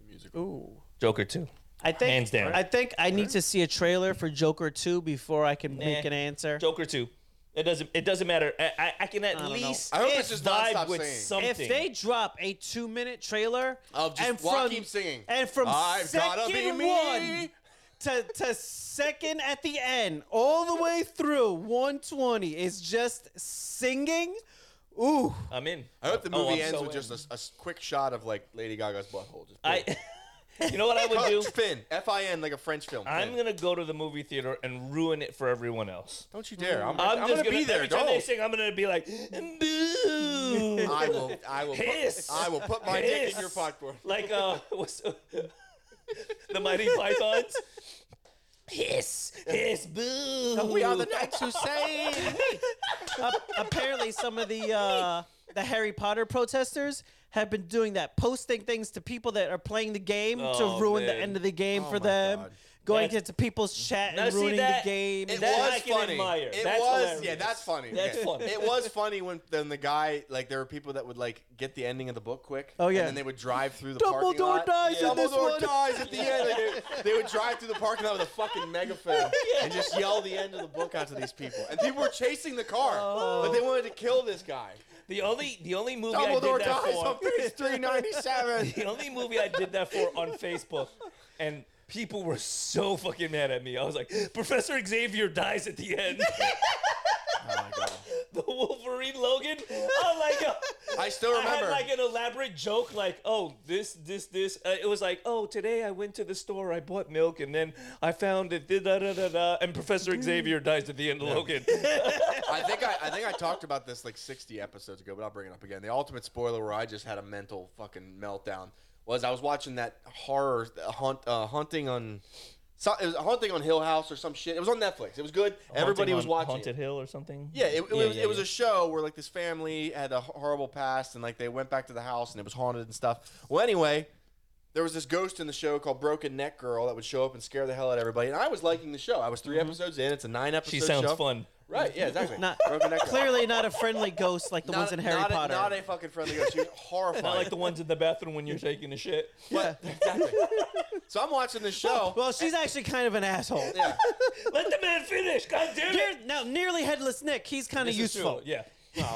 the musical? Ooh. Joker two. I think. Hands down. I think I need to see a trailer for Joker two before I can make an answer. Joker two. It doesn't. It doesn't matter. I, I, I can at don't know. least I hope it's just vibe nonstop with singing. something. if they drop a two minute trailer Of just and Joaquin from, singing. and from I've gotta be second me. one to, to second at the end, all the way through 120 is just singing. Ooh, I'm in. I hope the Oh, movie I'm ends so with in. just a s- a, s- quick shot of like Lady Gaga's butthole. Just I. You know what I would Cut, do? Finn, F I N, like a French film. I'm Finn. gonna go to the movie theater and ruin it for everyone else. Don't you dare! I'm, I'm, I'm, just gonna, be there. Every time they Don't. sing, I'm gonna be like, boo. I will. I will. Put, Hiss. I will put my dick in Hiss. your popcorn. like uh, what's the Mighty Pythons? Hiss, hiss, boo. We are the knights who say. Ap- apparently some of the uh, the Harry Potter protesters have been doing that, posting things to people that are playing the game Oh, to ruin the man. end of the game Oh for my them, God. going That's- into people's chat Now, and see ruining that- the game. It That was I can funny. admire. It That's was hilarious. yeah, that's funny. That's Yeah. funny. It was funny when then the guy like there were people that would like get the ending of the book quick. Oh, yeah. and then they would drive through the parking Dumbledore lot. dies in this Dumbledore one. dies at the end. Like, they, they would drive through the parking lot with a fucking megaphone and just yell the end of the book out to these people. And people were chasing the car, but they wanted to kill this guy. The only the only movie Oh. I Dumbledore did that dies for. on page three ninety seven. The only movie I did that for on Facebook, and people were so fucking mad at me. I was like, Professor Xavier dies at the end. Oh the Wolverine Logan. I'm like, uh, I still I remember. had like an elaborate joke, like, oh, this, this, this. Uh, it was like, oh, today I went to the store, I bought milk, and then I found it, da da da da, da and Professor Xavier dies at the end of Logan. I think I, I think I talked about this like 60 episodes ago, but I'll bring it up again. The ultimate spoiler where I just had a mental fucking meltdown was I was watching that horror uh, hunt uh, hunting on so, it was hunting on Hill House or some shit. It was on Netflix. It was good. Everybody Haunting was on watching. Haunted it. Hill or something. Yeah, it, it was yeah, it was yeah. a show where like this family had a h- horrible past and like they went back to the house and it was haunted and stuff. Well, anyway, there was this ghost in the show called Broken Neck Girl that would show up and scare the hell out of everybody. And I was liking the show. I was 3 episodes in. It's a nine episode. Mm-hmm. She sounds show. fun. Right? Yeah, exactly. Not- Broken Neck Girl Clearly not a friendly ghost like the ones in Harry not a- Potter. not a fucking friendly ghost. She was horrified. Not like the ones in the bathroom when you're taking a shit. But- exactly. So I'm watching this show. well, she's actually kind of an asshole. yeah. Let the man finish. God damn it. Near- now, nearly headless Nick, he's kind of This is true, useful. Yeah. Well,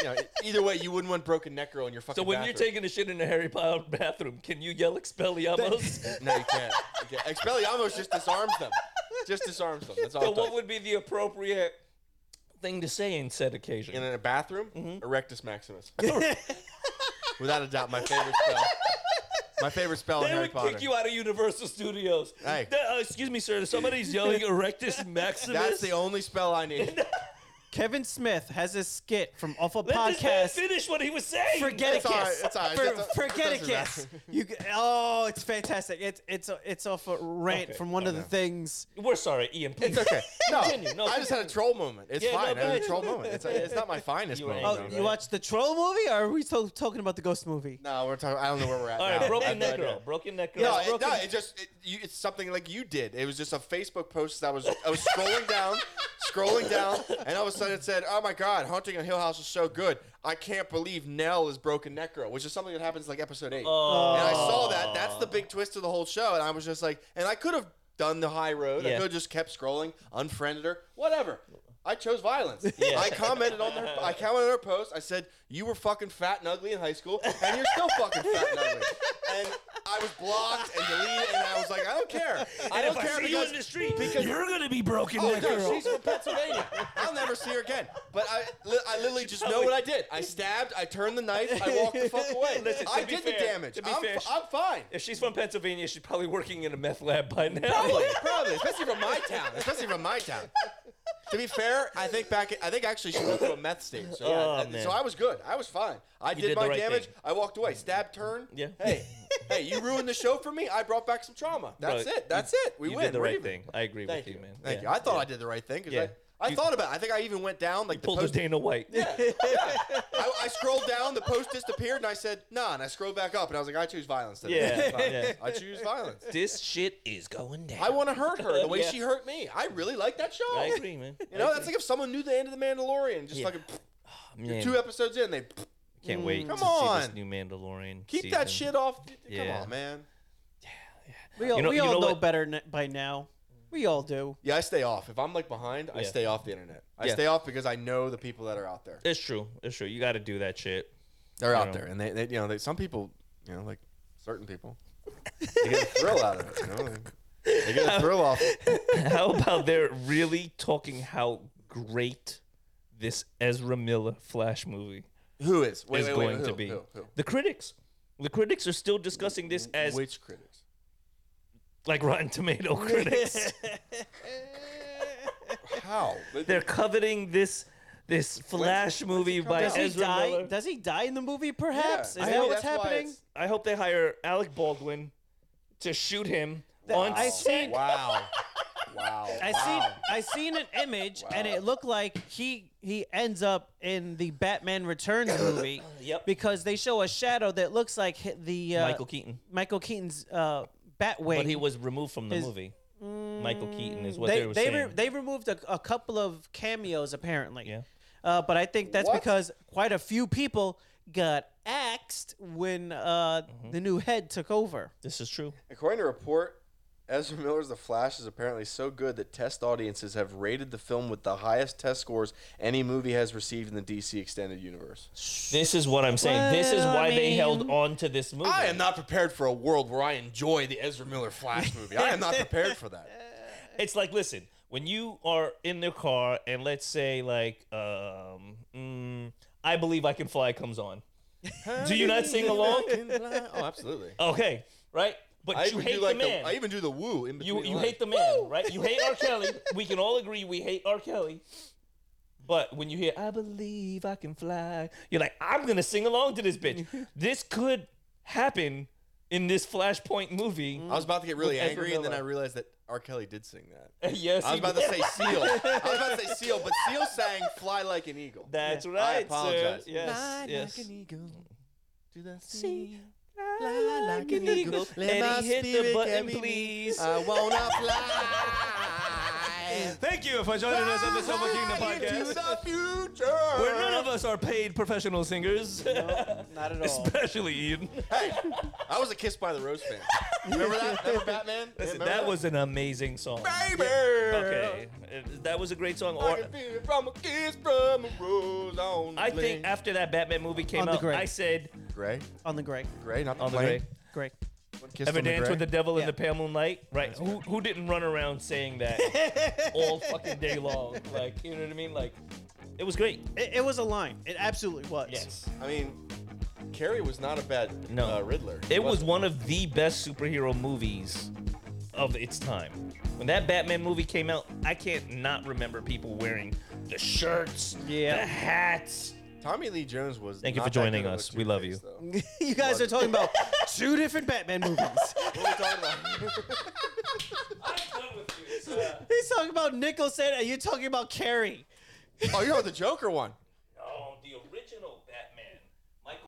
you know, either way, you wouldn't want broken neck girl in your fucking. So when you're bathroom. taking a shit in a Harry Potter bathroom, can you yell Expelliarmus? no, you can't. You can't. Expelliarmus just disarms them. Just disarms them. That's all. so it does. what would be the appropriate thing to say in said occasion? in a bathroom, Erectus Maximus. Without a doubt, my favorite spell. My favorite spell in they Harry would Potter. kick you out of Universal Studios. Hey. The- uh, excuse me, sir. Somebody's yelling Erectus Maximus. That's the only spell I need. Kevin Smith has a skit from off a Let this man podcast. finish what he was saying. It's Forget a all right, kiss. it's all right, For- that's all- forget a doesn't matter. kiss. You g- oh, it's fantastic. It's it's it's off a rant Okay, from one of the things. We're sorry, Ian. Please. It's okay. No, Continue, no, I just had a troll moment. It's Yeah, no, fine. go I had ahead. a troll moment. It's, it's not my finest You were moment. Oh, angry, though. right? you watched the troll movie, or are we still talking about the ghost movie? No, we're talking. I don't know where we're at. All right, now. I have broken no neck idea. girl. Broken neck girl. No, broken it, no, it just it, you, it's something like you did. It was just a Facebook post that I was I was scrolling down, scrolling down, and all of a sudden it said, "Oh my God, Haunting on Hill House is so good. I can't believe Nell is broken neck girl," which is something that happens like episode eight. Oh, And I saw that. That's the big twist of the whole show, and I was just like, and I could have done the high road. I Yeah. could have just kept scrolling, unfriended her, whatever. I chose violence. I commented on her. I commented on her post. I said you were fucking fat and ugly in high school, and you're still fucking fat and ugly. And I was blocked and deleted, and I was like, I don't care. I don't if care I see you because in the street, you're gonna be broken Oh, neck no, girl. she's from Pennsylvania. I'll never see her again. But I, li- I literally just know what I did. I stabbed. I turned the knife. I walked the fuck away. Listen, to I be did the fair- damage. to be I'm, fair, f- I'm fine. If she's from Pennsylvania, she's probably working in a meth lab by now. Probably, probably, especially from my town, especially from my town. To be fair, I think back. I think actually she went to a meth stage. So, yeah, Oh, and- man. so I was good. I was fine. I did, did the my right damage. thing. I walked away. Stab, turn. Yeah. Hey, hey, you ruined the show for me. I brought back some trauma. That's Bro, it. That's it. We you win. did the We're right even. thing. I agree Thank with you. you, man. Thank Yeah, you. I thought yeah. I did the right thing because Yeah. I, I You- thought about. it. I think I even went down like pulled the a post. Dana White. Yeah, yeah. I, I scrolled down, the post disappeared, and I said, nah. And I scrolled back up, and I was like, I choose violence today. Yeah, yeah. I choose violence. This shit is going down. I want to hurt her the way Yeah. she hurt me. I really like that show. I agree, man. You know, that's like if someone knew the end of The Mandalorian, just Yeah. fucking man, two episodes in, they can't wait Come to see on. this new Mandalorian. keep that season. shit off. Yeah. Come on, man. We all, You know- we you all know know, what- better n- by now. We all do. Yeah, I stay off. If I'm like behind, I Yeah. stay off the internet. I Yeah. stay off because I know the people that are out there. It's true. It's true. You got to do that shit. They're out know. there, and they, they you know, they, some people, you know, like certain people, they get a thrill out of it. You know, They get a thrill off. it. How about they're really talking how great this Ezra Miller Flash movie Who is? Wait, is wait, wait, going who, to be? who, who? The critics. The critics are still discussing this as Which critics? like Rotten Tomato critics. How? They're coveting this this Flash movie by Does he Ezra die? Miller. Does he die in the movie? Perhaps Yeah, is I that mean, what's that's why happening? it's- I hope they hire Alec Baldwin to shoot him on I set. seen Wow. Wow. I wow. seen I seen an image and it looked like he he ends up in the Batman Returns movie. Yep. Because they show a shadow that looks like hi- the uh, Michael Keaton. Michael Keaton's uh, Batwing. But he was removed from the Is- movie. Michael Keaton is what they, they were they, saying. re- they removed a, a couple of cameos apparently. Yeah. Uh, but I think that's What? because quite a few people got axed when uh, Mm-hmm. the new head took over. this is true. According to report, Ezra Miller's The Flash is apparently so good that test audiences have rated the film with the highest test scores any movie has received in the DC extended universe. This is what I'm saying. this is Well, I why they held mean- on to this movie. I am not prepared for a world where I enjoy the Ezra Miller Flash movie. I am not prepared for that. It's like, listen, when you are in their car and let's say like, um, mm, I believe I can fly comes on. Do you not sing along? Oh, absolutely. Okay, right. But I you even hate do the like the, man. I even do the woo in between. you you lines. hate the man, right? You hate R. Kelly. We can all agree we hate R. Kelly. But when you hear "I believe I can fly," you're like, "I'm gonna sing along to this bitch." this could happen in this Flashpoint movie. I was about to get really Ezra angry, and then I Miller. realized that R. Kelly did sing that. yes, I was he about to did. say Seal. I was about to say Seal, but Seal sang "Fly Like an Eagle." That's I right. sir. apologize. Yes, yes. eagle. Do the sea. Fly like an eagle. Eddie, hit the spirit button, carry me. please. I wanna fly. Thank you for joining us on the Silver Kingdom Fly into podcast, the future. where none of us are paid professional singers, Not at all. especially Ian. Hey, I was a Kiss by the Rose fan. Remember that? Remember Batman? Listen, Remember that was an amazing song. baby. Okay, uh, that was a great song. I Or- can feel it from a kiss from a rose on. I think after that Batman movie came On the out, gray. I said, Gray, On the gray. Gray, not the "On the plane. Gray. gray, One kiss ever from dance gray. with the devil in Yeah. the pale moonlight?" Right? Who who didn't run around saying that all fucking day long? Like, you know what I mean? Like, it was great. It, it was a line. It absolutely was. Yes. I mean, Carrie was not a bad No. uh, Riddler. She It was wasn't. one of the best superhero movies of its time. When that Batman movie came out, I can't not remember people wearing the shirts, Yeah. the hats. Tommy Lee Jones was. Thank you not for that good joining of a us. We love two-face, you. though. you guys are talking about two different Batman movies. What are we talking about? He's talking about Nicholson, and you're talking about Carrie. oh, you know the Joker one.